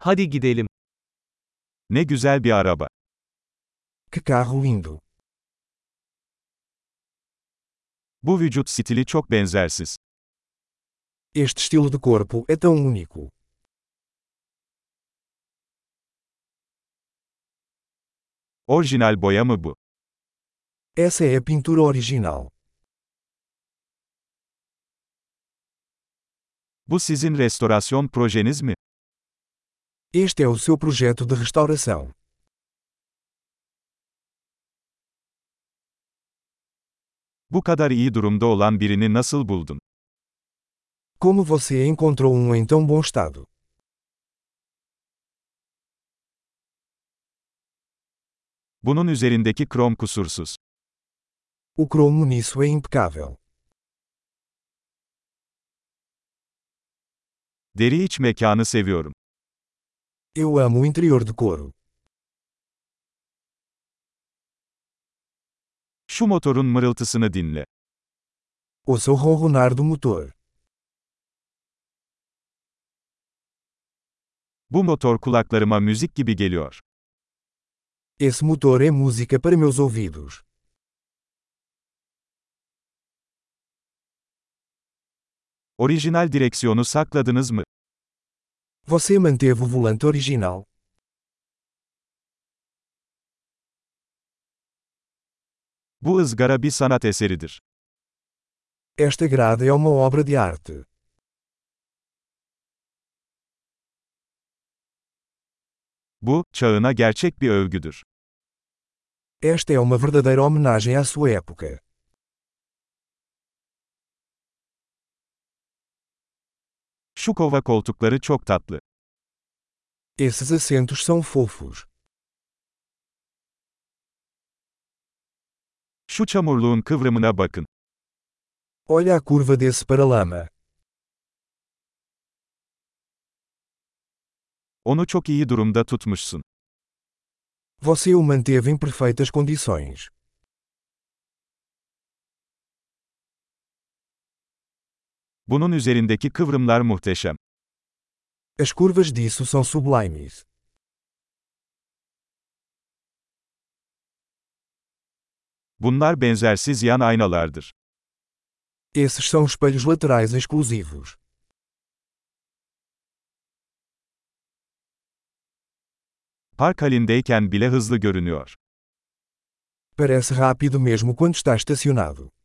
Hadi gidelim. Ne güzel bir araba. Que carro lindo! Bu vücut stili çok benzersiz. Este estilo de corpo é tão único. Orijinal boya mı bu? Essa é a pintura original. Bu sizin restorasyon projeniz mi? Este é o seu projeto de restauração. Bu kadar iyi durumda olan birini nasıl buldun? Como você encontrou um em tão bom estado? Bunun üzerindeki krom kusursuz. O cromo nisso é impecável. Deri iç mekanı seviyorum. Eu amo o interior de couro. Şu motorun mırıltısını dinle. Ouça o ronronar do motor. Bu motor kulaklarıma müzik gibi geliyor. Esse motor é música para meus ouvidos. Orijinal direksiyonu sakladınız mı? Você manteve o volante original? Bu ızgara bir sanat eseridir. Esta grade é uma obra de arte. Bu, çağına gerçek bir övgüdür. Esta é uma verdadeira homenagem à sua época. Şu kova koltukları çok tatlı. Esses assentos são fofos. Şu çamurluğun kıvrımına bakın. Olha a curva desse paralama. Onu çok iyi durumda tutmuşsun. Você o manteve em perfeitas condições. Bunun üzerindeki kıvrımlar muhteşem. As curvas disso são sublimes. Bunlar benzersiz yan aynalardır. Esses são espelhos laterais exclusivos. Park halindeyken bile hızlı görünüyor. Parece rápido mesmo quando está estacionado.